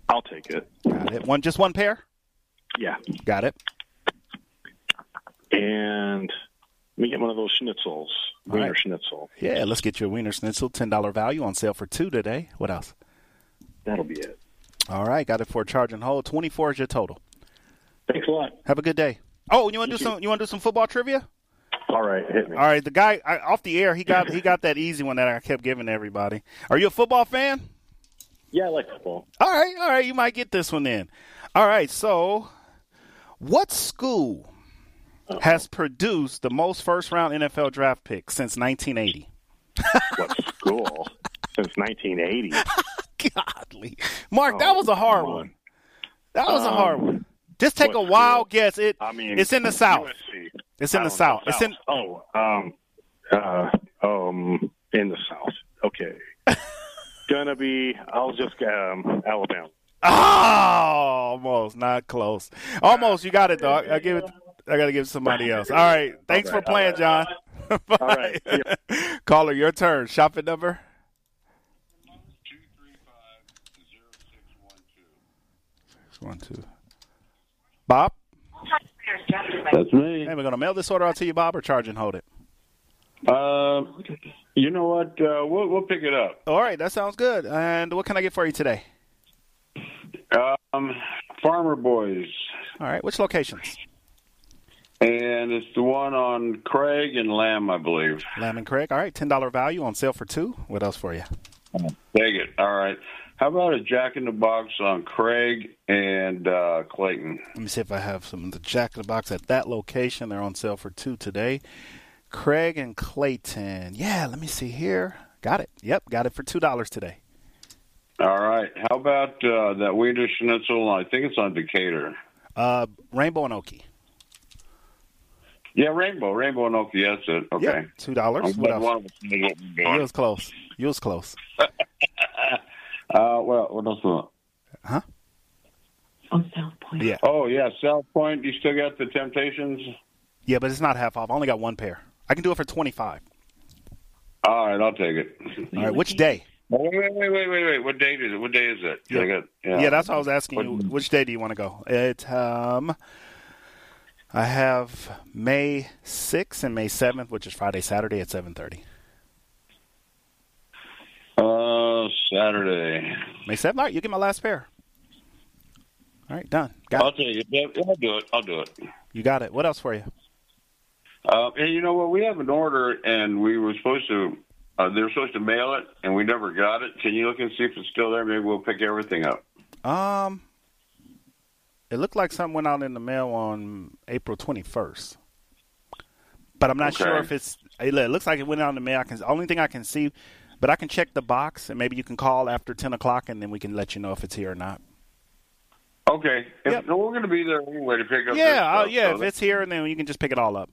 Speaker 17: I'll take it.
Speaker 2: Got it. One, just one pair?
Speaker 17: Yeah.
Speaker 2: Got it.
Speaker 17: And let me get one of those schnitzels. Wiener
Speaker 2: right.
Speaker 17: schnitzel.
Speaker 2: Yeah, let's get you a Wiener Schnitzel. $10 value on sale for two today. What else?
Speaker 17: That'll be it.
Speaker 2: All right, got it for a charge and hold. 24 is your total.
Speaker 17: Thanks a lot.
Speaker 2: Have a good day. Oh, you want to do some? You want to do some football trivia?
Speaker 17: All right, hit me.
Speaker 2: All right, the guy I, off the air, he got he got that easy one that I kept giving everybody. Are you a football fan?
Speaker 17: Yeah, I like football.
Speaker 2: All right, all right, you might get this one then. All right, so what school has produced the most first round NFL draft picks since 1980?
Speaker 17: What school since 1980?
Speaker 2: Godly, Mark, that was a hard one. That was a
Speaker 17: Um,
Speaker 2: hard one. Just take a
Speaker 17: what
Speaker 2: wild guess. It
Speaker 17: I mean,
Speaker 2: it's in the south.
Speaker 17: USC.
Speaker 2: It's in
Speaker 17: I
Speaker 2: the
Speaker 17: don't
Speaker 2: South.
Speaker 17: know,
Speaker 2: It's in-
Speaker 17: Oh, um, uh, um, in the south. Okay. Gonna be. I'll just um, Alabama.
Speaker 2: Oh, almost not close. Almost, you got it, dog. I give it. I gotta give it to somebody else. All right, thanks
Speaker 17: All right,
Speaker 2: for playing,
Speaker 17: all
Speaker 2: John. Bye. Caller, your turn. Shopping number. Six, One two. Bob.
Speaker 18: That's me.
Speaker 2: Hey, we're gonna mail this order out to you, Bob, or charge and hold it.
Speaker 18: Um, you know what? Uh, we'll we'll pick it up.
Speaker 2: All right, that sounds good. And what can I get for you today?
Speaker 18: Um, Farmer Boys,
Speaker 2: All right, which locations?
Speaker 18: and it's the one on Craig and Lamb, I believe.
Speaker 2: Lamb and Craig. All right, ten dollar value on sale for two. What else for you?
Speaker 18: Take it. All right. How about a Jack in the Box on Craig and uh, Clayton?
Speaker 2: Let me see if I have some of the Jack in the Box at that location. They're on sale for two today. Craig and Clayton. Yeah, let me see here. Got it. Yep, got it for two dollars today.
Speaker 18: All right. How about uh, that Wiener Schnitzel? I think it's on Decatur.
Speaker 2: Uh, Rainbow and Okie.
Speaker 18: Yeah, Rainbow, Rainbow and Okie. That's it. Okay.
Speaker 2: Yeah, two dollars.
Speaker 18: I'm
Speaker 2: What
Speaker 18: glad
Speaker 2: else?
Speaker 18: one of us made it.
Speaker 2: You was close. You was close.
Speaker 18: Uh, well, what else? Was
Speaker 2: Huh?
Speaker 18: On South Point. Yeah. Oh yeah, South Point. You still got the Temptations.
Speaker 2: Yeah, but it's not half off. I only got one pair. I can do it for twenty five.
Speaker 18: All right, I'll take it.
Speaker 2: All right, which day?
Speaker 18: Wait, wait, wait, wait, wait, wait. What date is it? What day is it? I got-
Speaker 2: Yeah, that's what I was asking you. Which day do you want to go? It um, I have May sixth and May seventh, which is Friday, Saturday at seven thirty.
Speaker 18: Uh, Saturday.
Speaker 2: May seventh. All right, you get my last pair. All right, done.
Speaker 18: I'll take it. Yeah, I'll do it. I'll do it.
Speaker 2: You got it. What else for you?
Speaker 18: Uh, and you know what? We have an order, and we were supposed to. Uh, they were supposed to mail it, and we never got it. Can you look and see if it's still there? Maybe we'll pick everything up.
Speaker 2: Um, it looked like something went out in the mail on April 21st, but I'm not
Speaker 18: Okay.
Speaker 2: sure if it's. It lo- it looks like it went out in the mail. I can only thing I can see, but I can check the box and maybe you can call after 10 o'clock and then we can let you know if it's here or not.
Speaker 18: Okay. If, no, we're going to be there anyway to pick up. this
Speaker 2: yeah, uh,
Speaker 18: stuff,
Speaker 2: yeah.
Speaker 18: so
Speaker 2: If it's here, and then you can just pick it all up.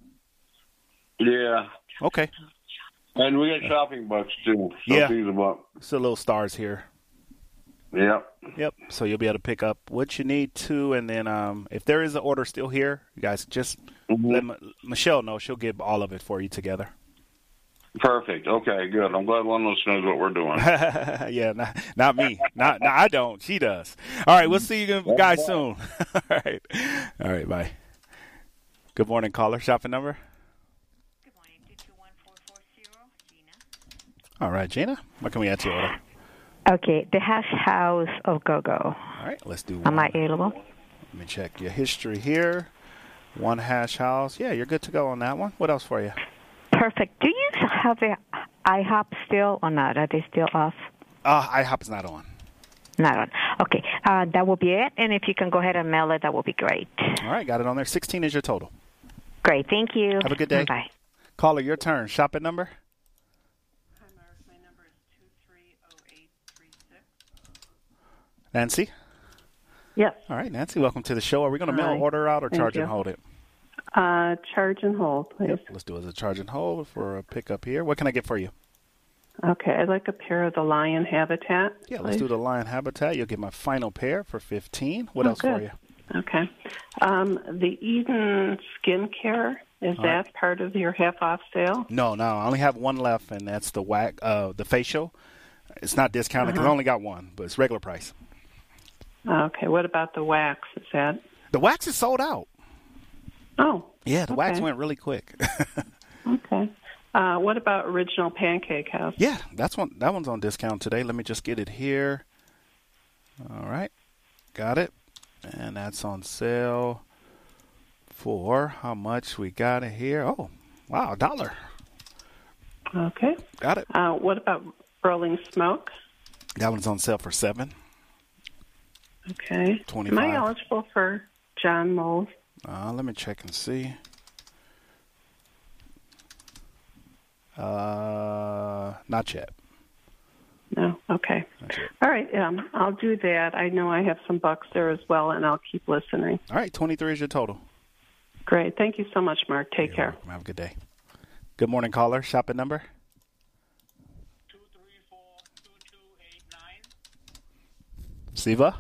Speaker 18: Yeah.
Speaker 2: Okay.
Speaker 18: And we got shopping bucks too. So
Speaker 2: Yeah.
Speaker 18: These are up.
Speaker 2: It's the little stars here.
Speaker 18: Yep.
Speaker 2: Yep. So you'll be able to pick up what you need to, and then um, if there is an order still here, you guys just let M- Michelle know. She'll get all of it for you together.
Speaker 18: Perfect. Okay. Good. I'm glad one of us knows what we're doing.
Speaker 2: yeah, not, not me. Not, not I don't. She does. All right, we'll see you guys soon. All right. All right, bye. Good morning, caller. Shopping number? Good morning, 221440. Gina. All right, Gina. What can we add to your order?
Speaker 6: Okay, the hash house of go-go.
Speaker 2: All right, let's do one.
Speaker 6: Am I available?
Speaker 2: Let me check your history here. One hash house. Yeah, you're good to go on that one. What else for you?
Speaker 6: Perfect. Do you have a IHOP still or not? Are they still off?
Speaker 2: Uh, IHOP is not on.
Speaker 6: Not on. Okay, uh, that will be it. And if you can go ahead and mail it, that will be great.
Speaker 2: All right, got it on there. 16 is your total.
Speaker 6: Great. Thank you.
Speaker 2: Have a good day.
Speaker 6: Bye.
Speaker 2: Caller, your turn. Shopping number? Nancy?
Speaker 19: Yes.
Speaker 2: All right, Nancy, welcome to the show. Are we going to mail
Speaker 19: Hi.
Speaker 2: order out or
Speaker 19: Thank
Speaker 2: charge
Speaker 19: you.
Speaker 2: and hold it?
Speaker 19: Uh, charge and hold, please.
Speaker 2: Yep, let's do it as a charge and hold for a pickup here. What can I get for you?
Speaker 19: Okay, I'd like a pair of the lion habitat.
Speaker 2: Yeah, let's do the lion habitat. You'll get my final pair for 15. What
Speaker 19: Oh,
Speaker 2: else for
Speaker 19: good.
Speaker 2: you?
Speaker 19: Okay. Um, the Eden skincare is
Speaker 2: All
Speaker 19: that
Speaker 2: right.
Speaker 19: part of your half off sale?
Speaker 2: No, no, I only have one left, and that's the whack, uh, the facial. It's not discounted 'cause
Speaker 19: Uh-huh.
Speaker 2: I only got one, but it's regular price.
Speaker 19: Okay. What about the wax? Is that?
Speaker 2: The wax is sold out.
Speaker 19: Oh.
Speaker 2: Yeah, the wax
Speaker 19: okay.
Speaker 2: went really quick.
Speaker 19: Okay. Uh, what about original pancake house?
Speaker 2: yeah, that's one. That one's on discount today. Let me just get it here. All right, got it, and that's on sale for how much we got it here? Oh, wow, a dollar.
Speaker 19: Okay.
Speaker 2: Got it.
Speaker 19: Uh, what about rolling smoke?
Speaker 2: That one's on sale for seven.
Speaker 19: Okay. Am I
Speaker 2: 25.
Speaker 19: eligible for John Moles?
Speaker 2: Uh, let me check and see. Uh, not yet.
Speaker 19: No. Okay. All right. Um, I'll do that. I know I have some bucks there as well, and I'll keep listening.
Speaker 2: All right, 23 is your total.
Speaker 19: Great. Thank you so much, Mark. Take care.
Speaker 2: Have a good day. Good morning, caller. Shopping number? Siva?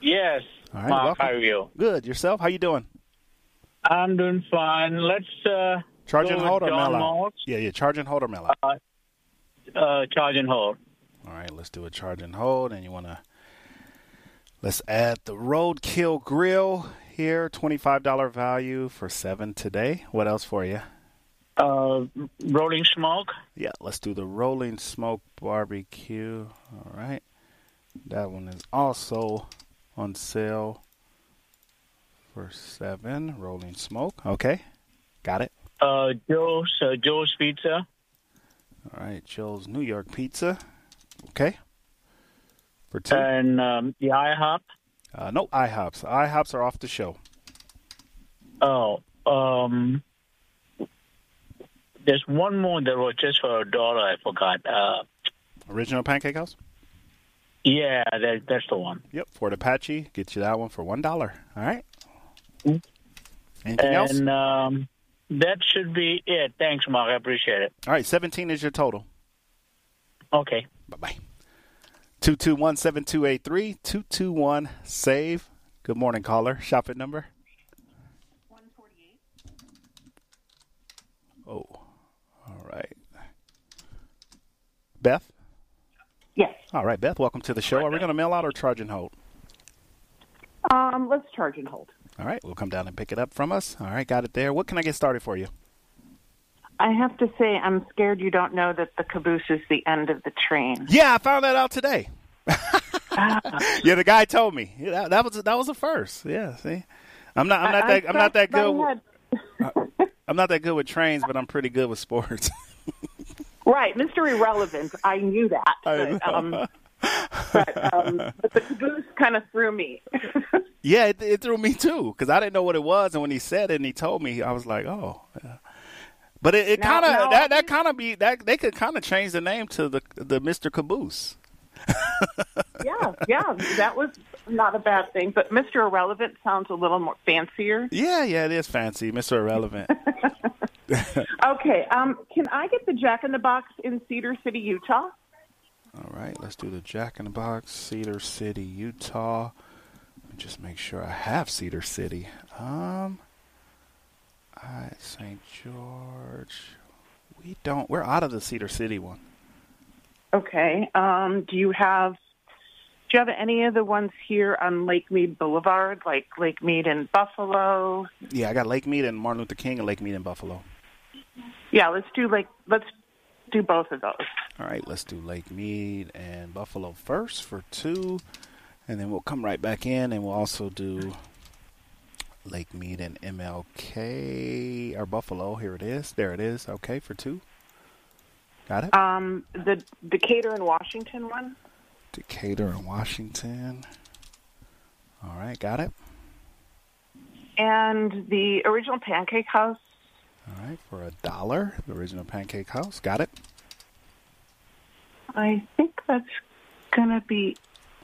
Speaker 20: Yes.
Speaker 2: All right,
Speaker 20: Mark,
Speaker 2: welcome.
Speaker 20: how are you?
Speaker 2: Good. Yourself? How you doing?
Speaker 20: I'm doing fine. Let's uh,
Speaker 2: Charge
Speaker 20: go
Speaker 2: and
Speaker 20: with
Speaker 2: hold or
Speaker 20: John
Speaker 2: mail out?
Speaker 20: Moles.
Speaker 2: Yeah, yeah. Charge and hold or mail out?
Speaker 20: Uh, uh, charge and hold.
Speaker 2: All right, let's do a charge and hold. And you want to let's add the roadkill grill here, twenty-five dollar value for seven today. What else for you?
Speaker 20: Uh, rolling smoke.
Speaker 2: Yeah, let's do the rolling smoke barbecue. All right, that one is also on sale for seven. Rolling smoke. Okay, got it.
Speaker 20: Uh, Joe's uh, Joe's Pizza.
Speaker 2: All right, Joe's New York Pizza. Okay, for two.
Speaker 20: And um, the IHOP.
Speaker 2: Uh, no IHOPs. IHOPs are off the show.
Speaker 20: Oh, um, there's one more that was just for a dollar. I forgot. Uh,
Speaker 2: Original Pancake House?
Speaker 20: Yeah, that, that's the one.
Speaker 2: Yep, Fort Apache. Get you that one for one dollar. All right. Anything else?
Speaker 20: Mm-hmm. And um, that should be it. Thanks, Mark. I appreciate it.
Speaker 2: All right, seventeen is your total.
Speaker 20: Okay.
Speaker 2: Bye bye. Two two one seven two eight three two two one save. Good morning, caller. Shop it number. Oh, all right. Beth.
Speaker 3: Yes.
Speaker 2: All right, Beth. Welcome to the show. Are we going to mail out or charge and hold?
Speaker 3: Um, let's charge and hold.
Speaker 2: All right, we'll come down and pick it up from us. All right, got it there. What can I get started for you?
Speaker 3: I have to say, I'm scared you don't know that the caboose is the end of the train.
Speaker 2: Yeah, I found that out today. yeah, the guy told me. Yeah, that, that was that was a first. Yeah, see, I'm not I'm not
Speaker 3: I- I
Speaker 2: that I'm not that
Speaker 3: scratched my
Speaker 2: good.
Speaker 3: head.
Speaker 2: I- I'm not that good with trains, but I'm pretty good with sports.
Speaker 3: Right, Mr. Irrelevant. I knew that. But, um, but, um, but the caboose kind of threw me.
Speaker 2: yeah, it, it threw me too because I didn't know what it was, and when he said it and he told me, I was like, oh. yeah. But it, it
Speaker 3: Now-
Speaker 2: kind of
Speaker 3: now
Speaker 2: that, that kind of be that they could kind of change the name to the the Mister Caboose.
Speaker 3: yeah, yeah, that was not a bad thing. But Mr. Irrelevant sounds a little more fancier.
Speaker 2: Yeah, yeah, it is fancy, Mister Irrelevant.
Speaker 3: Okay, um, can I get the Jack in the Box in Cedar City, Utah?
Speaker 2: All right, let's do the Jack in the Box, Cedar City, Utah. Let me just make sure I have Cedar City. Um, I St. George. We don't. We're out of the Cedar City one.
Speaker 3: Okay. Um, do you have do you have any of the ones here on Lake Mead Boulevard, like Lake Mead and Buffalo?
Speaker 2: Yeah, I got Lake Mead and Martin Luther King and Lake Mead and Buffalo.
Speaker 3: Yeah, let's do like let's do both of those.
Speaker 2: All right, let's do Lake Mead and Buffalo first for two, and then we'll come right back in, and we'll also do Lake Mead and MLK or Buffalo. Here it is. There it is. Okay, for two. Got it.
Speaker 3: Um, the Decatur and Washington one.
Speaker 2: Decatur and Washington. All right, got it.
Speaker 3: And the original Pancake House.
Speaker 2: All right, for a dollar, the original Pancake House. Got it.
Speaker 3: I think that's gonna be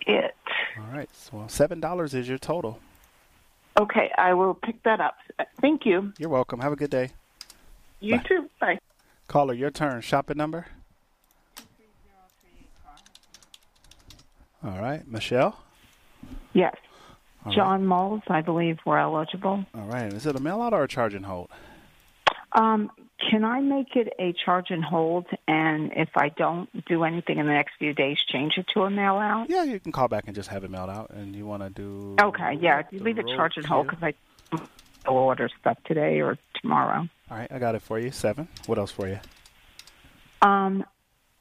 Speaker 3: it.
Speaker 2: All right, so well, seven dollars is your total.
Speaker 3: Okay, I will pick that up. Thank you.
Speaker 2: You're welcome. Have a good day.
Speaker 3: You too. Bye.
Speaker 2: Caller, your turn. Shopping number. All right, Michelle.
Speaker 21: Yes.
Speaker 2: All right.
Speaker 21: John Moles, I believe, were eligible.
Speaker 2: All right, is it a mail out or a charge and hold?
Speaker 21: Um, can I make it a charge and hold? And if I don't do anything in the next few days, change it to a mail out?
Speaker 2: Yeah, you can call back and just have it mailed out. And you want to do?
Speaker 21: Okay, yeah. If you leave it charge and hold, because I will order stuff today or tomorrow.
Speaker 2: All right, I got it for you. Seven. What else for you?
Speaker 21: Um,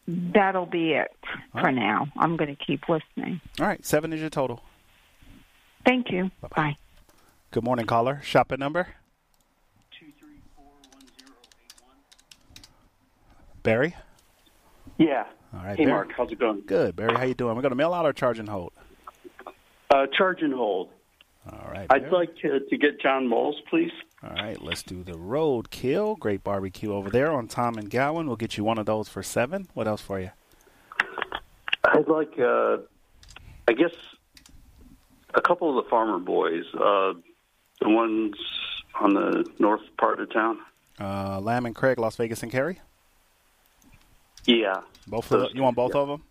Speaker 21: that'll be it
Speaker 2: All
Speaker 21: for
Speaker 2: right.
Speaker 21: now. I'm going to keep listening.
Speaker 2: All right, seven is your total.
Speaker 21: Thank you. Bye.
Speaker 2: Good morning, caller. Shopping number. Barry.
Speaker 22: Yeah.
Speaker 2: All right.
Speaker 22: hey,
Speaker 2: Barry.
Speaker 22: Mark, how's it going?
Speaker 2: Good, Barry. How you doing? We're going to mail out or charge and hold.
Speaker 22: Uh, charge and hold.
Speaker 2: All right.
Speaker 22: I'd
Speaker 2: Barry.
Speaker 22: like to, to get John Moles, please.
Speaker 2: All right, let's do the road kill. Great barbecue over there on Tom and Gowan. We'll get you one of those for seven. What else for you?
Speaker 22: I'd like, uh, I guess, a couple of the farmer boys, uh, the ones on the north part of town.
Speaker 2: Uh, Lamb and Craig, Las Vegas and Kerry.
Speaker 22: Yeah.
Speaker 2: Both of the, you want both of them?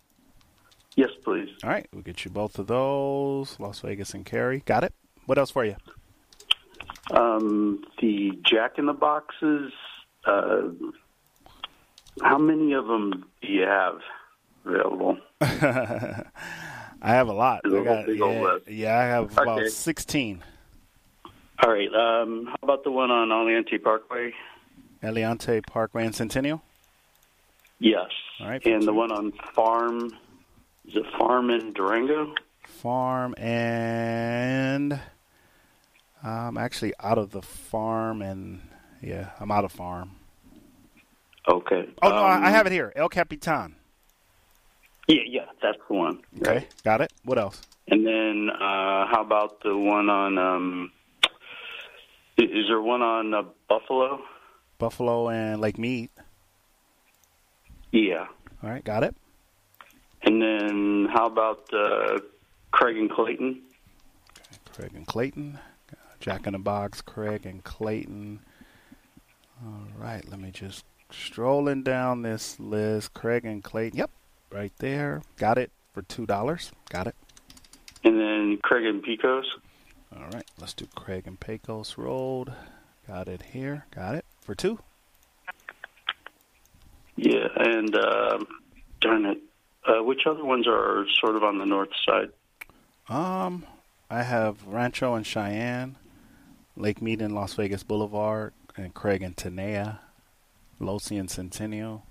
Speaker 22: Yes, please.
Speaker 2: All right, we'll get you both of those. Las Vegas and Kerry. Got it. What else for you?
Speaker 22: Um, the Jack in the Boxes. Uh, how many of them do you have available?
Speaker 2: I have a lot. I
Speaker 22: There's a whole
Speaker 2: got-
Speaker 22: big old
Speaker 2: yeah,
Speaker 22: list.
Speaker 2: yeah, I have about
Speaker 22: Okay.
Speaker 2: sixteen.
Speaker 22: All right. Um, how about the one on Aliante Parkway?
Speaker 2: Eliante Parkway and Centennial.
Speaker 22: Yes.
Speaker 2: All right.
Speaker 22: And the one on Farm, is it Farm in Durango?
Speaker 2: farm and I'm actually out of the farm and yeah, I'm out of farm.
Speaker 22: Okay.
Speaker 2: Oh no,
Speaker 22: Um,
Speaker 2: I, I have it here. El Capitan.
Speaker 22: Yeah, Um, yeah, that's the one.
Speaker 2: Okay, got it. What else?
Speaker 22: And then uh, how about the one on? Um, i- is there one on uh, Buffalo?
Speaker 2: Buffalo and Lake Mead.
Speaker 22: Yeah.
Speaker 2: All right, got it.
Speaker 22: And then how about uh, Craig and Clayton?
Speaker 2: Craig and Clayton. Jack in the Box, Craig and Clayton. All right, let me just strolling down this list. Craig and Clayton. Yep, right there. Got it for two dollars. Got it.
Speaker 22: And then Craig and Picos.
Speaker 2: All right, let's do Craig and Pecos Road. Got it here. Got it for two.
Speaker 22: Yeah, and uh, darn it, uh, which other ones are sort of on the north side?
Speaker 2: Um, I have Rancho and Cheyenne, Lake Mead and Las Vegas Boulevard, and Craig and Tanea, Losi and Centennial,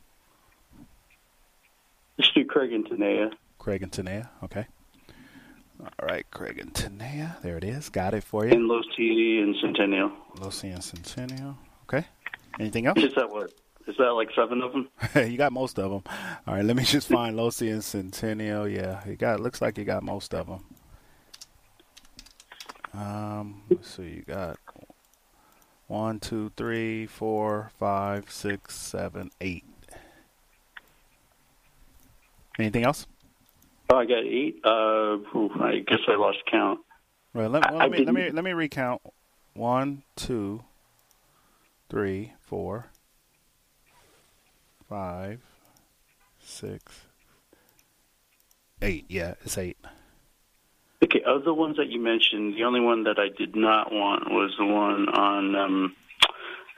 Speaker 22: Let's do Craig and Tanea.
Speaker 2: Craig and Tanea. Okay. All right, Craig and Tanea. There it is. Got it for
Speaker 22: And
Speaker 2: you.
Speaker 22: Los T and Centennial.
Speaker 2: Losi and Centennial. Okay. Anything else?
Speaker 22: Is that what? Is that like seven of them?
Speaker 2: you got most of them. All right, let me just find Losi and Centennial. Yeah, you got. Looks like you got most of them. Um, let's see. You got one, two, three, four, five, six, seven, eight. Anything else?
Speaker 22: Oh, I got eight. Uh, whew, I guess I lost count.
Speaker 2: Well, let,
Speaker 22: I-
Speaker 2: well,
Speaker 22: I
Speaker 2: let me let me
Speaker 22: didn't-
Speaker 2: let me recount. One, two, three, four, five, six, eight. Yeah, it's eight.
Speaker 22: Okay, of the ones that you mentioned, the only one that I did not want was the one on, um,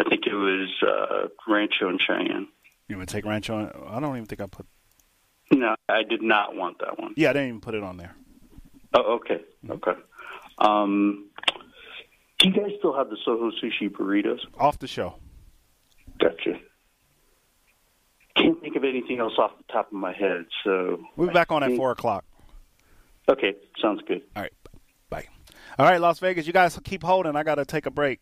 Speaker 22: I think it was uh, Rancho and Cheyenne.
Speaker 2: You want to take Rancho? on- I don't even think I put.
Speaker 22: No, I did not want that one.
Speaker 2: Yeah, I didn't even put it on there.
Speaker 22: Oh, okay, okay. Um, do you guys still have the Soho Sushi burritos?
Speaker 2: Off the show.
Speaker 22: Gotcha. Can't think of anything else off the top of my head, so.
Speaker 2: We'll be back on at four o'clock.
Speaker 22: Okay, sounds good.
Speaker 2: All right, bye. All right, Las Vegas, you guys keep holding. I got to take a break.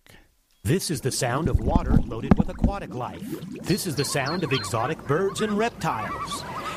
Speaker 23: This is the sound of water loaded with aquatic life. This is the sound of exotic birds and reptiles.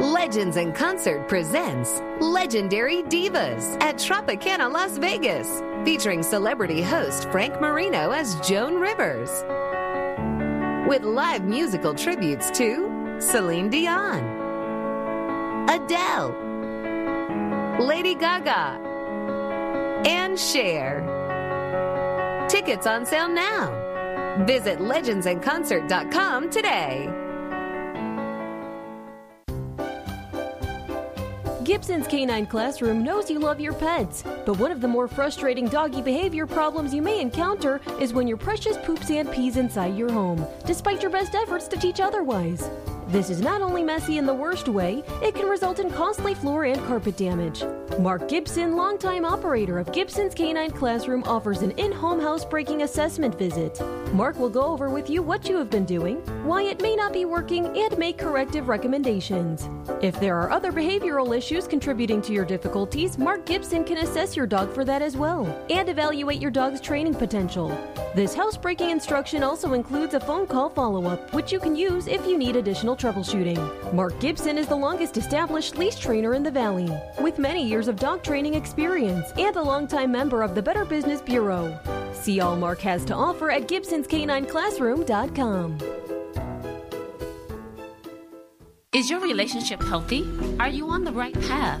Speaker 24: Legends in Concert presents Legendary Divas at Tropicana Las Vegas, featuring celebrity host Frank Marino as Joan Rivers. With live musical tributes to Celine Dion, Adele, Lady Gaga, and Cher. Tickets on sale now. Visit legendsandconcert.com today.
Speaker 10: Gibson's Canine Classroom knows you love your pets, but one of the more frustrating doggy behavior problems you may encounter is when your precious poops and pees inside your home, despite your best efforts to teach otherwise. This is not only messy in the worst way, it can result in costly floor and carpet damage. Mark Gibson, longtime operator of Gibson's Canine Classroom, offers an in home housebreaking assessment visit. Mark will go over with you what you have been doing, why it may not be working, and make corrective recommendations. If there are other behavioral issues contributing to your difficulties, Mark Gibson can assess your dog for that as well and evaluate your dog's training potential. This housebreaking instruction also includes a phone call follow up, which you can use if you need additional troubleshooting. Mark Gibson is the longest established leash trainer in the Valley, with many years of dog training experience and a longtime member of the Better Business Bureau. See all Mark has to offer at Gibson'sCanineClassroom.com.
Speaker 25: Is your relationship healthy? Are you on the right path?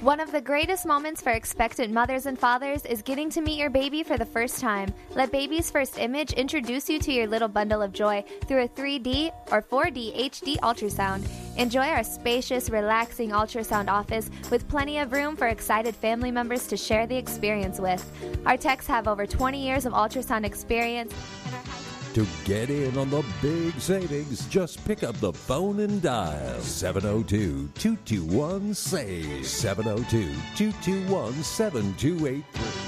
Speaker 26: One of the greatest moments for expectant mothers and fathers is getting to meet your baby for the first time. Let Baby's First Image introduce you to your little bundle of joy through a 3D or 4D HD ultrasound. Enjoy our spacious, relaxing ultrasound office with plenty of room for excited family members to share the experience with. Our techs have over 20 years of ultrasound experience.
Speaker 1: To get in on the big savings, just pick up the phone and dial 702 221 SAVE 702 221 7283.